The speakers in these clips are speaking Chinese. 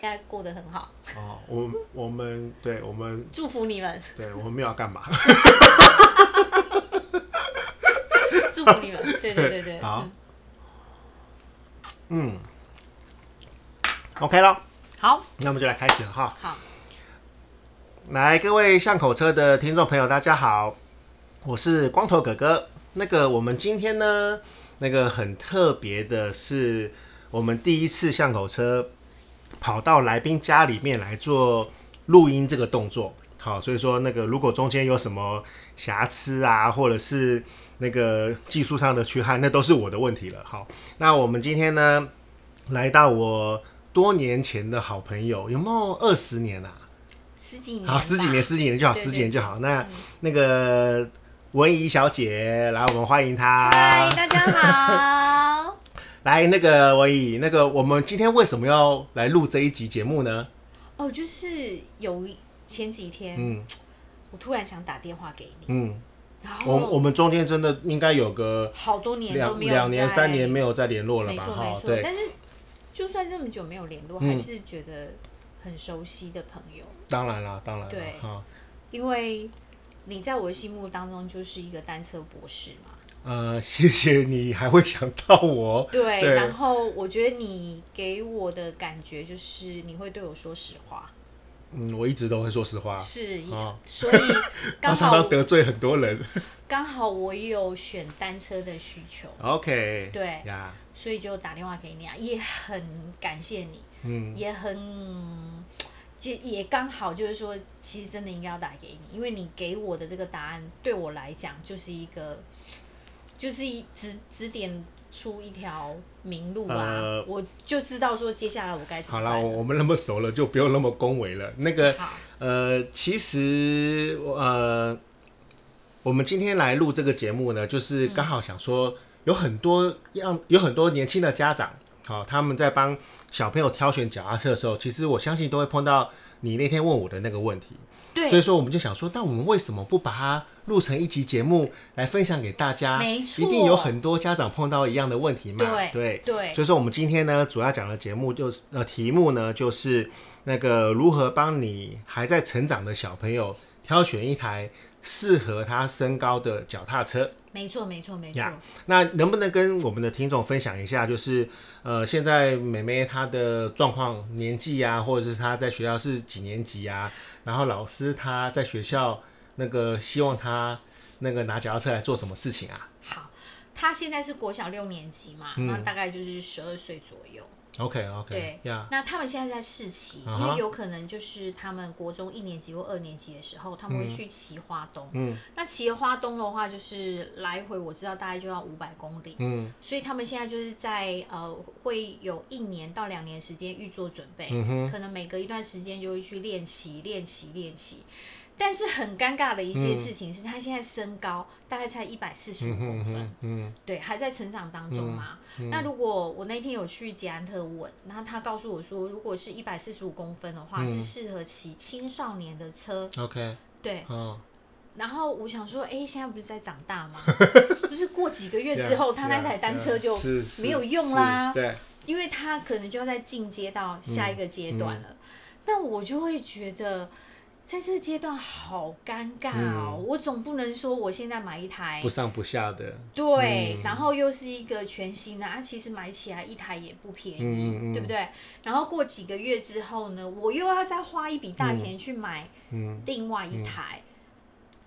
该过得很好，哦，我我们对我们祝福你们， 对我们没有要干嘛，祝福你 们，对对对对，好嗯，嗯，OK 了，好，那我们就来开始了哈。好，来，各位巷口车的听众朋友，大家好，我是光头哥哥。那个，我们今天呢，那个很特别的是，我们第一次巷口车跑到来宾家里面来做录音这个动作。好，所以说那个如果中间有什么瑕疵啊，或者是那个技术上的缺憾，那都是我的问题了。好，那我们今天呢，来到我多年前的好朋友，有没有二十年啊？十几年吧，好，十几年，十几年就好，对十几对年就好。那嗯那个文怡小姐，来，我们欢迎她。嗨，大家好， 来，那个文怡，那个我们今天为什么要来录这一集节目呢？哦，就是有一前几天，嗯我突然想打电话给你，嗯，然后我我们中间真的应该有个好多年都两没有两年、在三年没有再联络了没吧？错没哈，错，对，但是就算这么久没有联络，嗯还是觉得很熟悉的朋友，当然啦，当然啦对，哈，因为你在我的心目当中就是一个单车博士嘛，呃，谢谢你还会想到我。对，对然后我觉得你给我的感觉就是你会对我说实话，嗯，我一直都会说实话，是，哦所以 我刚常好常得罪很多人。刚好我也有选单车的需求， OK，对哦呀，所以就打电话给你啊，也很感谢你，嗯，也很。就也刚好就是说，其实真的应该要打给你，因为你给我的这个答案对我来讲就是一个，就是一指指点出一条明路啊，呃我就知道说接下来我该怎好么啦，办我我们那么熟了，就不用那么恭维了。那个哎好，呃，其实呃，我们今天来录这个节目呢，就是嗯刚好想说，有很多样，有很多年轻的家长，好、他们在帮小朋友挑选脚踏车的时候，其实我相信都会碰到你那天问我的那个问题。对，所以说，我们就想说，那我们为什么不把它录成一集节目来分享给大家？没一定有错很多家长碰到一样的问题嘛。对对对所以说，我们今天呢，主要讲的节目就是呃，题目呢就是那个如何帮你还在成长的小朋友挑选一台适合他身高的脚踏车。没错没错没错呀那能不能跟我们的听众分享一下，就是呃，现在妹妹她的状况、年纪啊，或者是她在学校是几年级啊？然后老师她在学校那个希望她那个拿脚踏车来做什么事情啊好，他现在是国小六年级嘛，嗯那大概就是十二岁左右。 ？OK OK，对呀，那他们现在在试骑，啊因哈为有可能就是他们国中一年级或二年级的时候，他们会嗯去骑花东。嗯那骑花东的话，就是来回我知道大概就要五百公里，嗯所以他们现在就是在呃会有一年到两年时间预做准备，嗯哼可能每隔一段时间就会去练骑、练骑、练骑。但是很尴尬的一件事情是，他现在身高大概才一百四十五嗯公哼分，嗯嗯对，还在成长当中嘛。嗯那如果我那天有去捷安特问，然后他告诉我说，如果是一百四十五公分的话，嗯是适合骑青少年的车。 ，OK，对，哦，然后我想说，哎，现在不是在长大 吗？就是过几个月之后，他那台单车就没有用啦，对，因为他可能就要再进阶到下嗯一个阶段了。那我就会觉得，在这个阶段好尴尬哦，我总不能说我现在买一台嗯不上不下的，对，嗯然后又是一个全新的，啊，其实买起来一台也不便宜，嗯嗯嗯哎对不对？然后过几个月之后呢，我又要再花一笔大钱去买嗯另外一台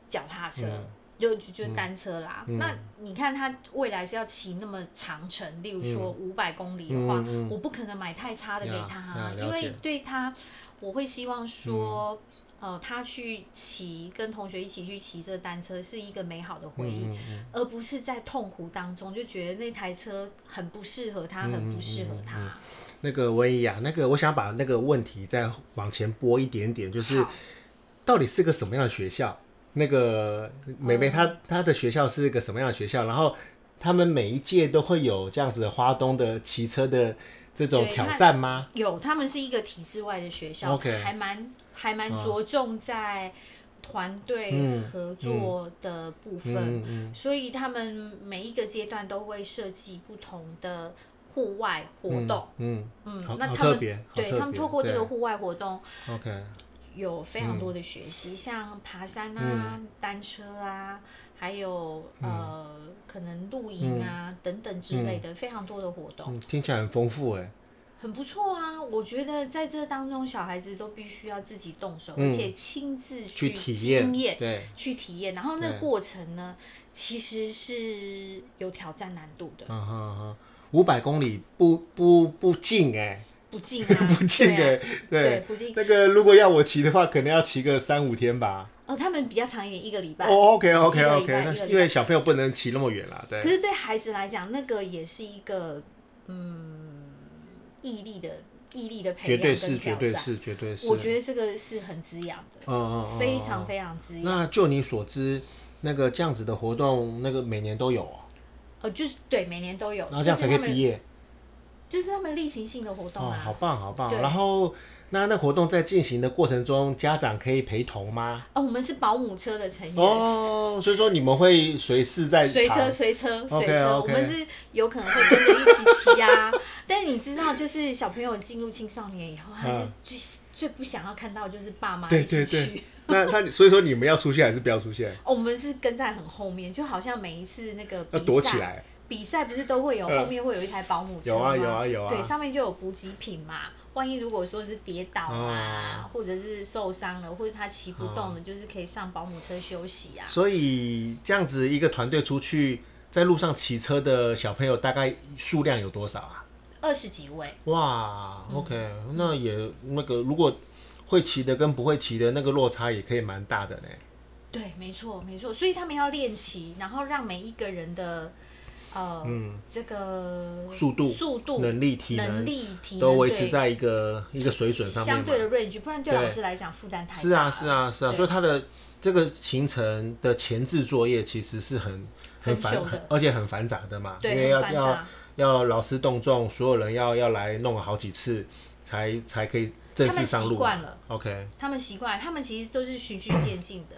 脚踏车，嗯就就就单车啦。嗯那你看他未来是要骑那么长程，例如说五百公里的话，嗯嗯嗯我不可能买太差的给他啊呀呀，了因为解嗯对他，我会希望说。呃，他去骑，跟同学一起去骑这单车是一个美好的回忆。嗯嗯而不是在痛苦当中就觉得那台车很不适合他，嗯很不适合他。嗯那个文怡啊，那个我想把那个问题再往前拨一点点，就是好到底是个什么样的学校？那个美嗯美她、她的学校是个什么样的学校？然后他们每一届都会有这样子的花东的骑车的这种对挑那战吗？有，他们是一个体制外的学校 OK 还蛮还蛮嗯着重在团队嗯合作的部分，嗯嗯所以他们每一个阶段都会设计不同的户外活动。嗯，嗯，好那好他特们别，好对特他们别透过这对嗯个户外哦活动， OK，有非常多的学习，像爬山啊、嗯单车啊，还有呃嗯可能露营啊、等等之类的，非常多的活动，嗯，听起来很丰富哎，很不错啊。我觉得在这当中，小孩子都必须要自己动手，而且亲自嗯去体经验，验。对，去体验，然后那个对过程呢，其实是有挑战难度的，嗯哼嗯哼，五百公里不不不近哎， 不近啊，不近对啊哎，对，不近。那个如果要我骑的话，可能要骑个三五天吧。哦，他们比较长一点，一个礼拜。哦，OK OK 一个礼 OK，拜那一个礼因为小朋友不能骑那么远啦，可对，是对孩子来讲，那个也是一个嗯毅力的毅力的培绝啊养跟对挑是战。绝对是绝对是。我觉得这个是很滋养的，嗯嗯嗯，非常嗯非常滋养。那就你所知，那个这样子的活动，那个每年都有哦，呃，就是对，每年都有，然后这就样是才可以他毕们业就是他们例行性的活动哦，啊。好棒好棒。对然后那那活动在进行的过程中，家长可以陪同吗？哦，我们是保姆车的成员。哦，所以说你们会随侍在随旁车，随车，随 OK，车，我 OK 们是有可能会跟着一起骑啊。但你知道，就是小朋友进入青少年以后，他是嗯最最不想要看到就是爸妈对一对起对去。。 那那所以说你们要出现还是不要出现？哦我们是跟在很后面，就好像每一次那个要比躲赛，起来。比赛不是都会有嗯后面会有一台保姆车有啊吗有啊有啊对，上面就有补给品嘛。万一如果说是跌倒啊，哦或者是受伤了，或者他骑不动了，就是可以上保姆车休息啊。所以这样子一个团队出去，在路上骑车的小朋友大概数量有多少啊？二十几位，哇嗯，OK，、那也那个如果会骑的跟不会骑的那个落差也可以蛮大的呢。对，没错没错。所以他们要练习，然后让每一个人的呃、嗯这个速度速度、能力体能能力、体能都维持对在一个一个水准上面嘛相对的 range，不然对老对师来讲负担太大是啊了是啊是啊，对所以他的这个行程的前置作业其实是很很繁久的而且很繁杂的嘛，因对为很要繁要杂要劳师动众，所有人要要来弄好几次才才可以正他式们上习路嘛。惯了 OK，他们习惯，他们其实都是循序渐进的。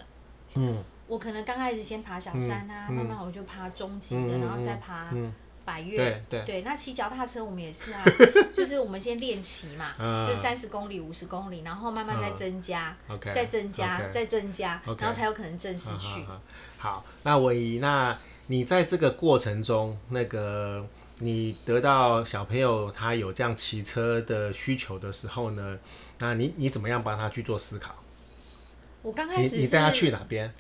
嗯，我可能刚开始先爬小山啊，嗯嗯慢慢我就爬中级的，嗯嗯然后再嗯爬嗯百对越。对那骑脚踏车我们也是 啊，就是我们先练骑嘛，嗯就三十公里、五十公里，然后慢慢再增加， OK，再增加 OK 再增加 OK 然后才有可能正式去。啊啊啊好，那文怡，那你在这个过程中，那个你得到小朋友他有这样骑车的需求的时候呢，那你你怎么样帮他去做思考？我刚开啊你始你带他是去哪边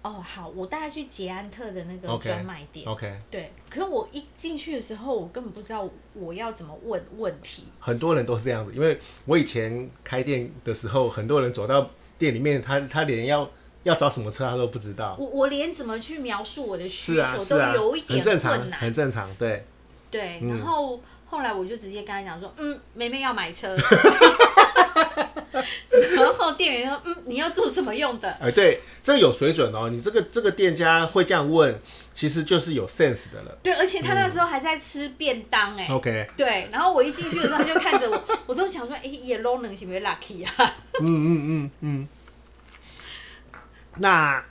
哦，好，我带他去捷安特的那个？OK，专卖店。 OK，对，可是我一进去的时候，我根本不知道我要怎么问问题。很多人都是这样子，因为我以前开店的时候，很多人走到店里面，他他连要要找什么车他都不知道。我我连怎么去描述我的需是求啊，是都啊有一，很点正常，困难。很正常，对。对，嗯然后后来我就直接跟他讲说，嗯，梅梅要买车。 然后店员说，嗯，你要做什么用的？哎，对，这有水准哦。你这个这个店家会这样问，其实就是有 sense 的了。对，而且他那时候还在吃便当哎、 OK，对，然后我一进去的时候，他就看着我， 我都想说，哎、也 low 能行不行 lucky 啊？ 嗯嗯嗯嗯。那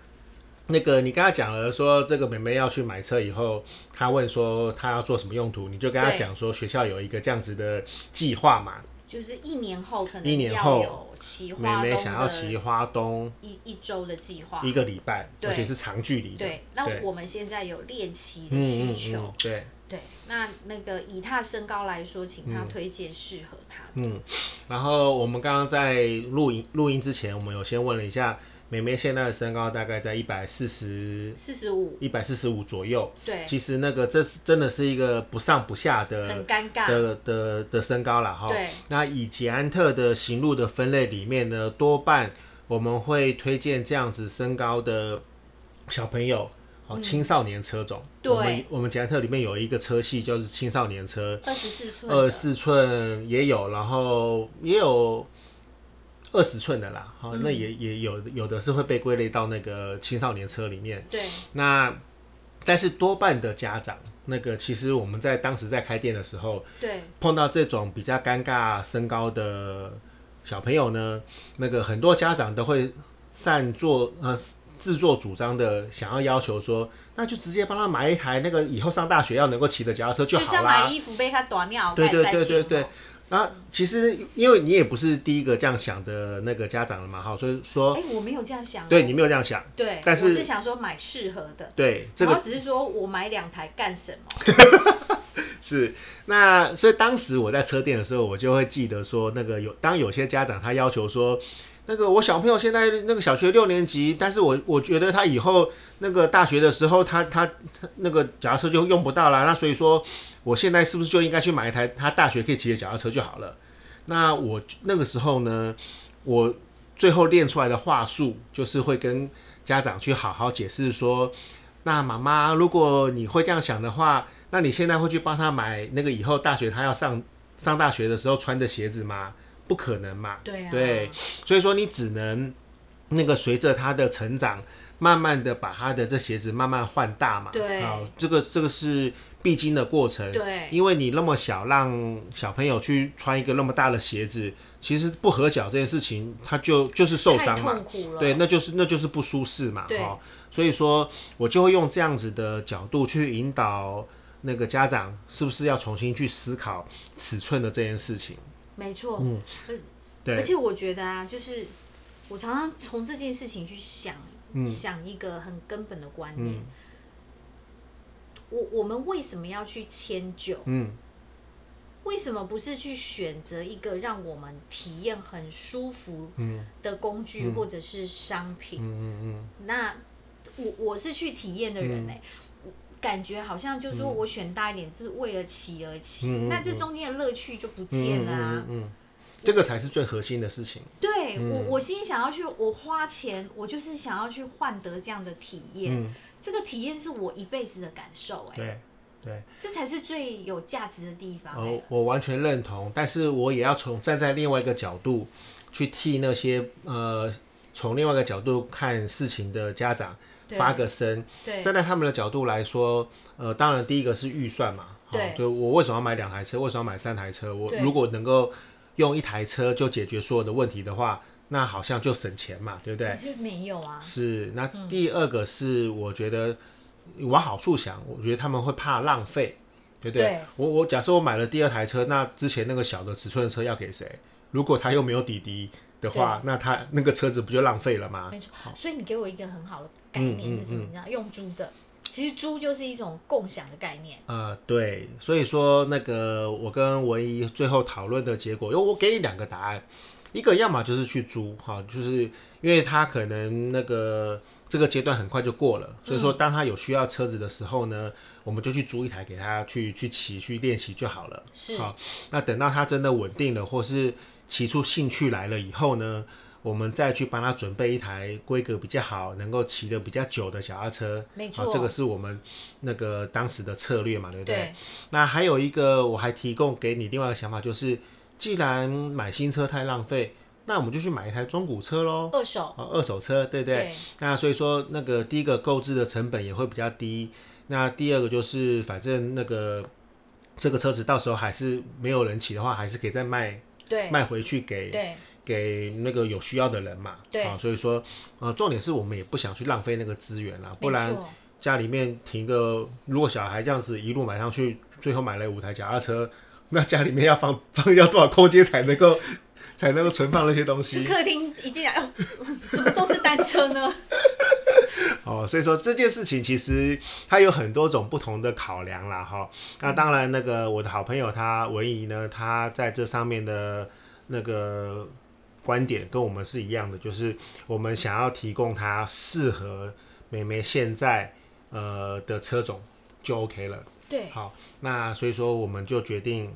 那个你刚才讲了说，这个妹妹要去买车以后，她问说她要做什么用途，你就跟她对讲说学校有一个这样子的计划嘛，就是一年后可一能年要后有骑妹花妹东想要的骑花东一一周的计划。一个礼拜，对而且是长距离的。对，那我们现在有练骑的需求，嗯嗯嗯，对。对，那那个以他身高来说，请他推荐适合他的。嗯，然后我们刚刚在录音录音之前，我们有先问了一下美美现在的身高大概在一百四十四十五，一百四十五左右。对，其实那个这是真的是一个不上不下的很尴尬。的的的身高了哈。对。那以捷安特的行路的分类里面呢，多半我们会推荐这样子身高的小朋友。哦，嗯青少年车种，对我们我们捷安特里面有一个车系，就是青少年车，二十四寸的，二四寸也有，然后也有二十寸的啦。好、嗯那也也有有的是会被归类到那个青少年车里面。对，那但是多半的家长，那个其实我们在当时在开店的时候，对，碰到这种比较尴尬身高的小朋友呢，那个很多家长都会擅作呃自作主张的想要要求说，那就直接帮他买一台那个以后上大学要能够骑的脚踏车就好像啦买。衣服被他短尿，对对干对塞对钱对哦。然后其实因为你也不是第一个这样想的那个家长了嘛，哈，所以说哎，我没有这样想哦。对你没有这样想，对，但我是是想说买适合的，对这然个后只是说我买两台干什么？是，那所以当时我在车店的时候，我就会记得说，那个有当有些家长他要求说，那个我小朋友现在那个小学六年级，但是我我觉得他以后那个大学的时候他，他他那个脚踏车就用不到啦，那所以说我现在是不是就应该去买一台他大学可以骑的脚踏车就好了？那我那个时候呢，我最后练出来的话术就是会跟家长去好好解释说，那妈妈，如果你会这样想的话，那你现在会去帮他买那个以后大学他要上上大学的时候穿的鞋子吗？不可能嘛。对啊，对，所以说你只能那个随着他的成长，慢慢的把他的这鞋子慢慢换大嘛。对啊，这个这个是必经的过程。对因为你那么小，让小朋友去穿一个那么大的鞋子，其实不合脚这件事情，他就就是受太伤嘛痛。苦了。对，那就是那就是不舒适嘛，对哦，所以说我就会用这样子的角度去引导那个家长，是不是要重新去思考尺寸的这件事情？没错。嗯而对而且我觉得啊，就是我常常从这件事情去想，嗯想一个很根本的观念。嗯我我们为什么要去迁就？嗯，为什么不是去选择一个让我们体验很舒服嗯的工具嗯或者是商品？嗯嗯那我我是去体验的人嗯呢、我感觉好像就说嗯我选大一点是为了骑而骑，嗯嗯那这嗯中间的乐趣就不嗯，嗯见了啊。嗯嗯嗯，这个才是最核心的事情。对、我，嗯我心里想要去，我花钱，我就是想要去换得这样的体验。嗯，这个体验是我一辈子的感受、哎，对对，这才是最有价值的地方、哦哎，我完全认同，但是我也要从站在另外一个角度去替那些呃，从另外一个角度看事情的家长对发个声。对站在他们的角度来说，呃，当然第一个是预算嘛，好对就我为什么要买两台车，为什么要买三台车？我对如果能够用一台车就解决所有的问题的话，那好像就省钱嘛，对不对可？是没有啊，是。那第二个是我觉得往好处想，我觉得他们会怕浪费，对不对？对我我假设我买了第二台车，那之前那个小的尺寸的车要给谁？如果他又没有底底的话，那他那个车子不就浪费了吗？没错。所以你给我一个很好的概念是什么？啊嗯嗯嗯你知道，用租的，其实租就是一种共享的概念。呃，对，所以说那个我跟文怡最后讨论的结果，因为我给你两个答案，一个要么就是去租，哈，就是因为他可能那个这个阶段很快就过了，所以说当他有需要车子的时候呢，我们就去租一台给他去去骑去练习就好了。是好，那等到他真的稳定了，或是骑出兴趣来了以后呢，我们再去帮他准备一台规格比较好、能够骑得比较久的脚踏车。没好错这个是我们那个当时的策略嘛，对不对？对那还有一个，我还提供给你另外一个想法，就是既然买新车太浪费，那我们就去买一台中古车喽。二手，哦，二手车，对不对？对那所以说，那个第一个购置的成本也会比较低。那第二个就是，反正那个这个车子到时候还是没有人骑的话，还是可以再卖对卖回去给对给那个有需要的人嘛。对啊，所以说，呃，重点是我们也不想去浪费那个资源啦，不没然错家里面停个，如果小孩这样子一路买上去，最后买了五台脚踏车， 那家里面要放放要多少空间才能够才能够存放那些东是西？客厅一进来，哦， 怎么都是单车 呢？哦，所以说这件事情其实它有很多种不同的考量啦，哈、那当然，那个我的好朋友他文怡呢，他在这上面的那个观点跟我们是一样的，就是我们想要提供他适合妹妹现在呃的车种就 OK 了。对，好，那所以说我们就决定，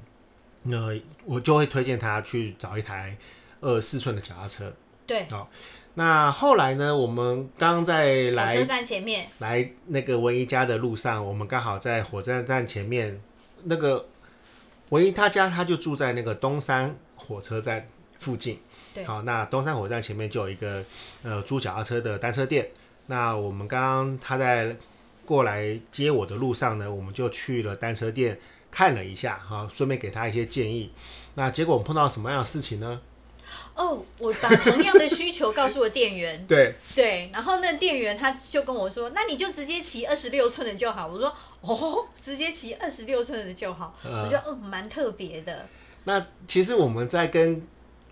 呃，我就会推荐他去找一台二十四寸的脚踏车。对，那后来呢，我们刚在火来车站前面，来那个文一家的路上，我们刚好在火车站前面，那个文一他家他就住在那个东山火车站附近。对好，那东山火车站前面就有一个呃租脚踏车的单车店。那我们刚刚他在过来接我的路上呢，我们就去了单车店看了一下，哈，顺便给他一些建议。那结果我们碰到什么样的事情呢？，哦，我把同样的需求告诉了店员 对，对，然后那店员他就跟我说，那你就直接骑二十六寸的就好。我说哦，直接骑二十六寸的就好。嗯我觉得嗯，蛮特别的。那其实我们在跟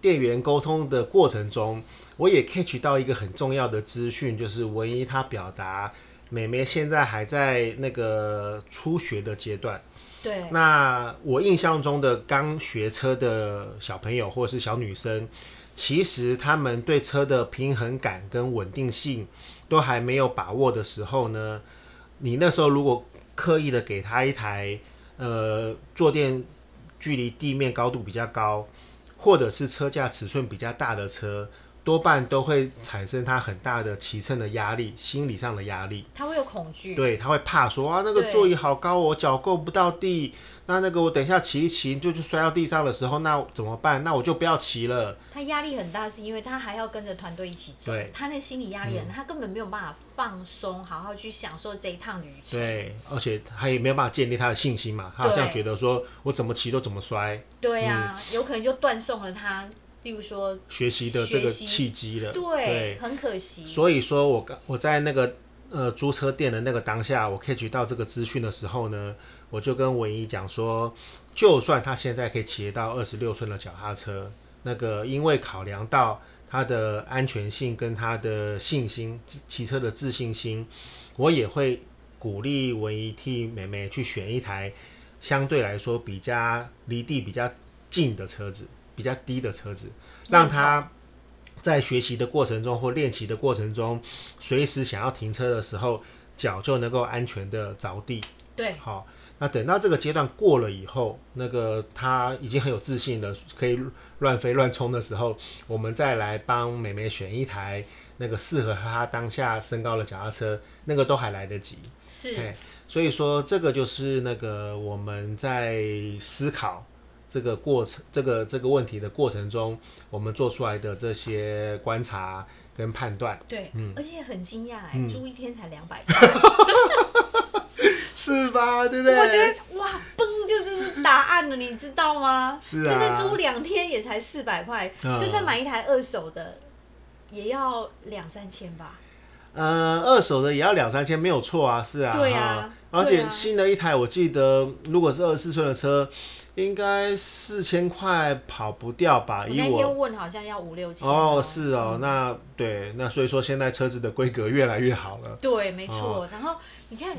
店员沟通的过程中，我也 catch 到一个很重要的资讯，就是文一她表达，妹妹现在还在那个初学的阶段。对，那我印象中的刚学车的小朋友或是小女生，其实他们对车的平衡感跟稳定性都还没有把握的时候呢，你那时候如果刻意的给他一台呃坐垫距离地面高度比较高，或者是车架尺寸比较大的车，多半都会产生他很大的骑乘的压力，心理上的压力。他会有恐惧。对，他会怕说啊，那个对座椅好高哦，我脚够不到地，那那个我等一下骑一骑就就摔到地上的时候，那怎么办？那我就不要骑了。他压力很大，是因为他还要跟着团队一起走对，嗯他那心理压力很大，他根本没有办法放松，好好去享受这一趟旅程。对，而且他也没有办法建立他的信心嘛，他好像对觉得说我怎么骑都怎么摔，对啊，有可能就断送了他，例如说嗯学习的这学个习契机了。对，很可惜。所以说我刚我在那个呃租车店的那个当下，我 catch 到这个资讯的时候呢，我就跟文怡讲说，就算他现在可以骑到二十六寸的脚踏车，那个因为考量到他的安全性跟他的信心，自骑车的自信心，我也会鼓励文怡替妹妹去选一台相对来说比较离地比较近的车子，比较低的车子，让她在学习的过程中或练习的过程中，随时想要停车的时候，脚就能够安全的着地。对好，那等到这个阶段过了以后，那个他已经很有自信了，可以乱飞乱冲的时候，我们再来帮妹妹选一台那个适合她当下身高的脚踏车，那个都还来得及。是哎，所以说这个就是那个我们在思考这个过程、这个这个问题的过程中，我们做出来的这些观察跟判断，对，嗯而且很惊讶哎，嗯租一天才两 百是吧？对不对？我觉得哇，嘣，就这是答案了，你知道吗？是就啊算租两天也才四百块，嗯就算买一台二手的，也要两三千吧。呃，二手的也要两三千，没有错啊，是啊，对啊哈而对且啊新的一台，我记得如果是二十四寸的车，应该四千块跑不掉我吧？啊以那天我问好像要五六千。哦，是哦，嗯那对，那所以说现在车子的规格越来越好了，对，没错。哦然后你看，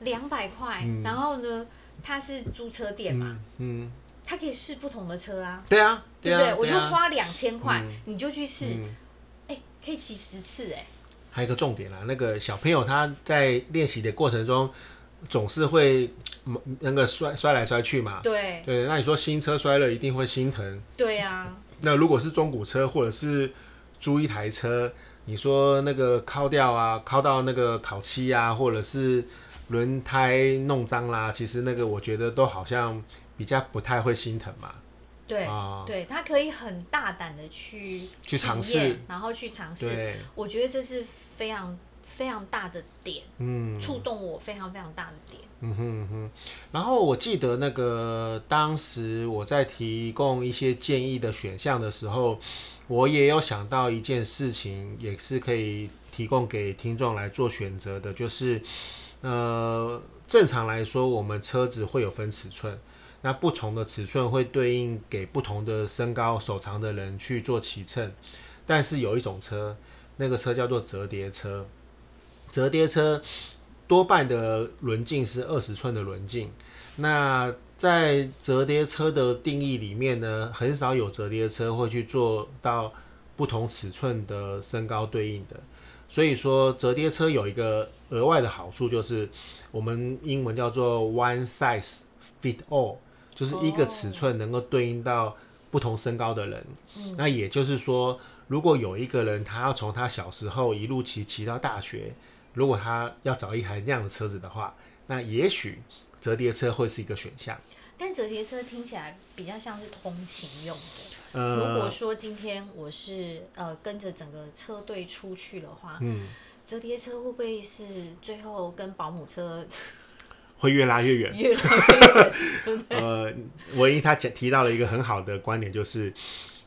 两百块嗯，然后呢，它是租车店嘛嗯，嗯，它可以试不同的车啊，对啊，对不啊，对？我就啊花两千块嗯，你就去试，嗯哎，可以骑十次，哎，还有一个重点啦，那个小朋友他在练习的过程中，总是会嗯那个摔摔来摔去嘛，对对，那你说新车摔了一定会心疼。对啊，那如果是中古车或者是租一台车，你说那个敲掉啊，敲到那个烤漆啊，或者是轮胎弄脏啦，其实那个我觉得都好像比较不太会心疼嘛。对、啊对，他可以很大胆的去体去尝试验然后去尝试。对，我觉得这是非常非常大的点，嗯，触动我非常非常大的点。嗯哼嗯哼，然后我记得那个当时我在提供一些建议的选项的时候，我也有想到一件事情，也是可以提供给听众来做选择的，就是呃，正常来说，我们车子会有分尺寸，那不同的尺寸会对应给不同的身高手长的人去做骑乘，但是有一种车，那个车叫做折叠车，折叠车。多半的轮径是二十寸的轮径。那在折叠车的定义里面呢，很少有折叠车会去做到不同尺寸的身高对应的。所以说，折叠车有一个额外的好处，就是我们英文叫做 one size fit all，就是一个哦尺寸能够对应到不同身高的人。嗯，那也就是说，如果有一个人他要从他小时候一路骑骑到大学，如果他要找一台那样的车子的话，那也许折叠车会是一个选项。但折叠车听起来比较像是通勤用的。如果呃，说今天我是呃跟着整个车队出去的话，嗯，折叠车会不会是最后跟保姆车会越拉越远。越来越远？ 呃，唯一他讲提到了一个很好的观点，就是，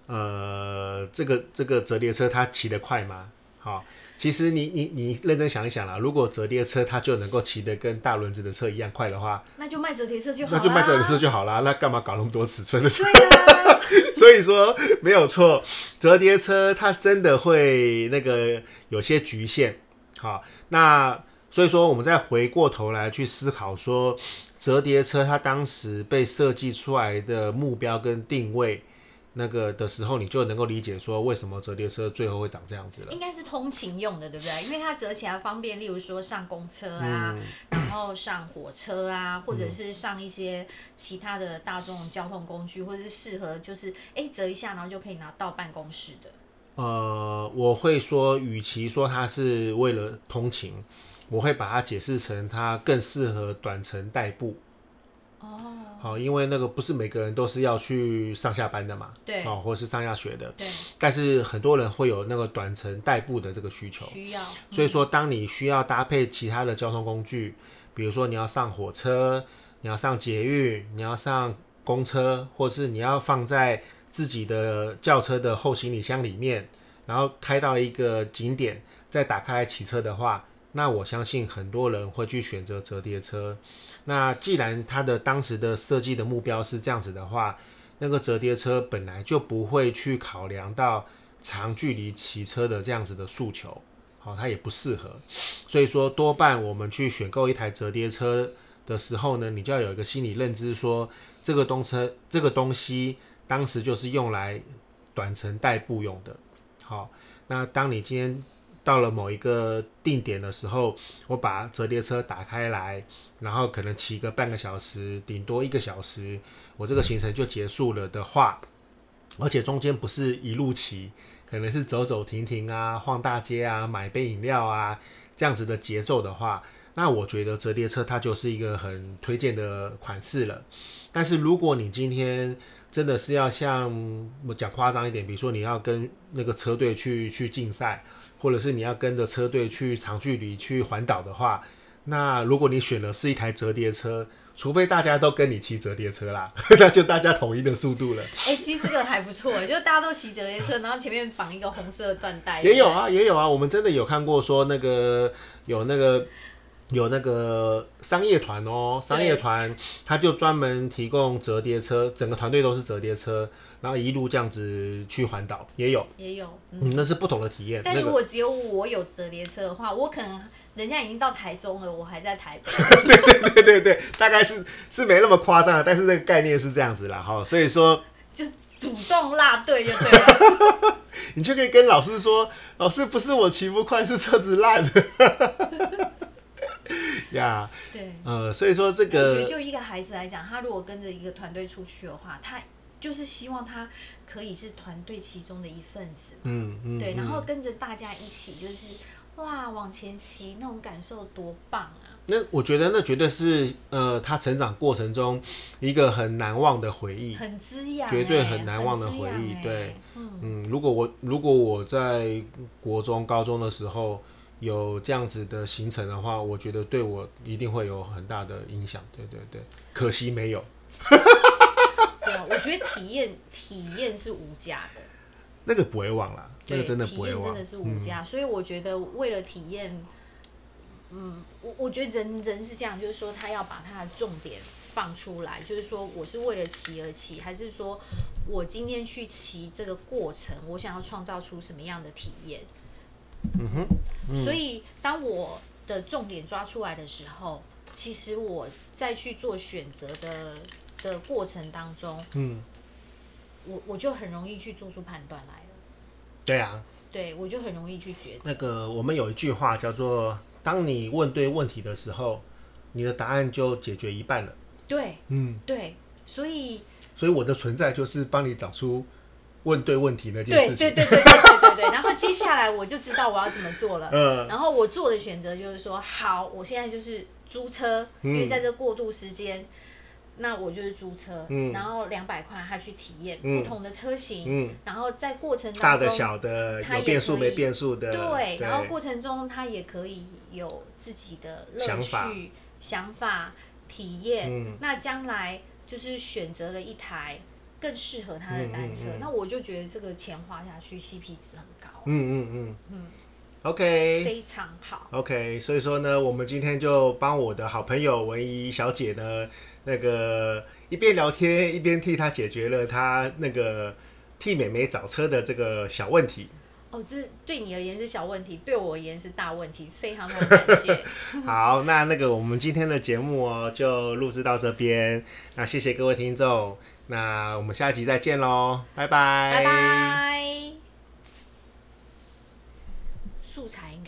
呃，这个这个折叠车它骑得快吗？好、其实你你你认真想一想啦，如果折叠车它就能够骑得跟大轮子的车一样快的话，那就卖折叠车就好那就卖折叠车啦就好啦，那干嘛搞那么多尺寸的车？对啊， 所以说没有错，折叠车它真的会那个有些局限。好，那所以说我们再回过头来去思考说，折叠车它当时被设计出来的目标跟定位。那个的时候，你就能够理解说为什么折叠车最后会长这样子了。应该是通勤用的，对不对？因为它折起来方便，例如说上公车啊，嗯，然后上火车啊，或者是上一些其他的大众交通工具，或者是适合就是哎折一下，然后就可以拿到办公室的。呃，我会说，与其说它是为了通勤，我会把它解释成它更适合短程代步。哦，好，因为那个不是每个人都是要去上下班的嘛，对哦，或是上下学的，对，但是很多人会有那个短程代步的这个需求，需要。所以嗯说当你需要搭配其他的交通工具，比如说你要上火车，你要上捷运，你要上公车，或是你要放在自己的轿车的后行李箱里面，然后开到一个景点，再打开来骑车的话，那我相信很多人会去选择折叠车。那既然它的当时的设计的目标是这样子的话，那个折叠车本来就不会去考量到长距离骑车的这样子的诉求，好、它也不适合。所以说，多半我们去选购一台折叠车的时候呢，你就要有一个心理认知说这个东车这个东西当时就是用来短程代步用的。好，那当你今天到了某一个定点的时候，我把折叠车打开来，然后可能骑个半个小时，顶多一个小时，我这个行程就结束了的话，而且中间不是一路骑，可能是走走停停啊，晃大街啊，买杯饮料啊，这样子的节奏的话，那我觉得折叠车它就是一个很推荐的款式了。但是如果你今天真的是要像我讲夸张一点，比如说你要跟那个车队去去竞赛，或者是你要跟着车队去长距离去环岛的话，那如果你选的是一台折叠车，除非大家都跟你骑折叠车啦， 那就大家统一的速度了。哎、其实这个还不错，就是大家都骑折叠车，然后前面绑一个红色的缎带。也有啊，也有啊，我们真的有看过说那个有那个有那个商业团哦，商业团他就专门提供折叠车，整个团队都是折叠车，然后一路这样子去环岛，也有，对不对，也有。嗯嗯，那是不同的体验。但那如个果只有我有折叠车的话，我可能人家已经到台中了，我还在台北。 对对对，大概是是没那么夸张的，但是那个概念是这样子啦哈，所以说就主动落队就对了。 你就可以跟老师说，老师不是我骑不快，是车子烂。 呀对，呃，所以说这因为我觉得个就一个孩子来讲，他如果跟着一个团队出去的话，他就是希望他可以是团队其中的一份子，嗯嗯，对，嗯然后跟着大家一起，就是哇往前骑那种感受多棒啊！那我觉得那绝对是呃，他成长过程中一个很难忘的回忆。很滋养欸、嗯绝对很难忘的很滋回养忆欸对，嗯，嗯，如果我如果我在国中、高中的时候有这样子的行程的话，我觉得对我一定会有很大的影响。对对对，可惜没有。对啊，我觉得体验体验是无价的，那个不会忘啦，那对，个真的体不会验忘，嗯真的是无价，所以我觉得为了体验，嗯，我我觉得人人是这样，就是说他要把他的重点放出来，就是说我是为了骑而骑，还是说我今天去骑这个过程，我想要创造出什么样的体验？嗯。嗯哼，嗯所以当我的重点抓出来的时候，其实我再去做选择的的过程当中，嗯，我我就很容易去做出判断来了，对啊，对我就很容易去抉择。那个我们有一句话叫做：当你问对问题的时候，你的答案就解决一半了。对嗯。对，所以所以我的存在就是帮你找出问对问题那件对事对情。对对对对对对，然后接下来我就知道我要怎么做了。 嗯然后我做的选择就是说，好，我现在就是租车，因为嗯在这过渡时间，那我就是租车，嗯然后两百块他去体验嗯不同的车型，嗯，然后在过程当大中，的小的，它有也变数可以没变数的，对，然后过程中他也可以有自己的乐趣、想想法法、体验。嗯那将来就是选择了一台更适合他的单车。嗯嗯嗯那我就觉得这个钱花下去，CP 值很高，嗯嗯嗯嗯，OK 非常好。 OK，所以说呢，我们今天就帮我的好朋友文怡小姐呢，那个一边聊天一边替她解决了她那个替美眉找车的这个小问题。哦，这对你而言是小问题，对我而言是大问题，非常非常感谢。好，那那个我们今天的节目哦，就录制到这边。那谢谢各位听众，那我们下集再见喽， 拜拜，拜拜。素材应该。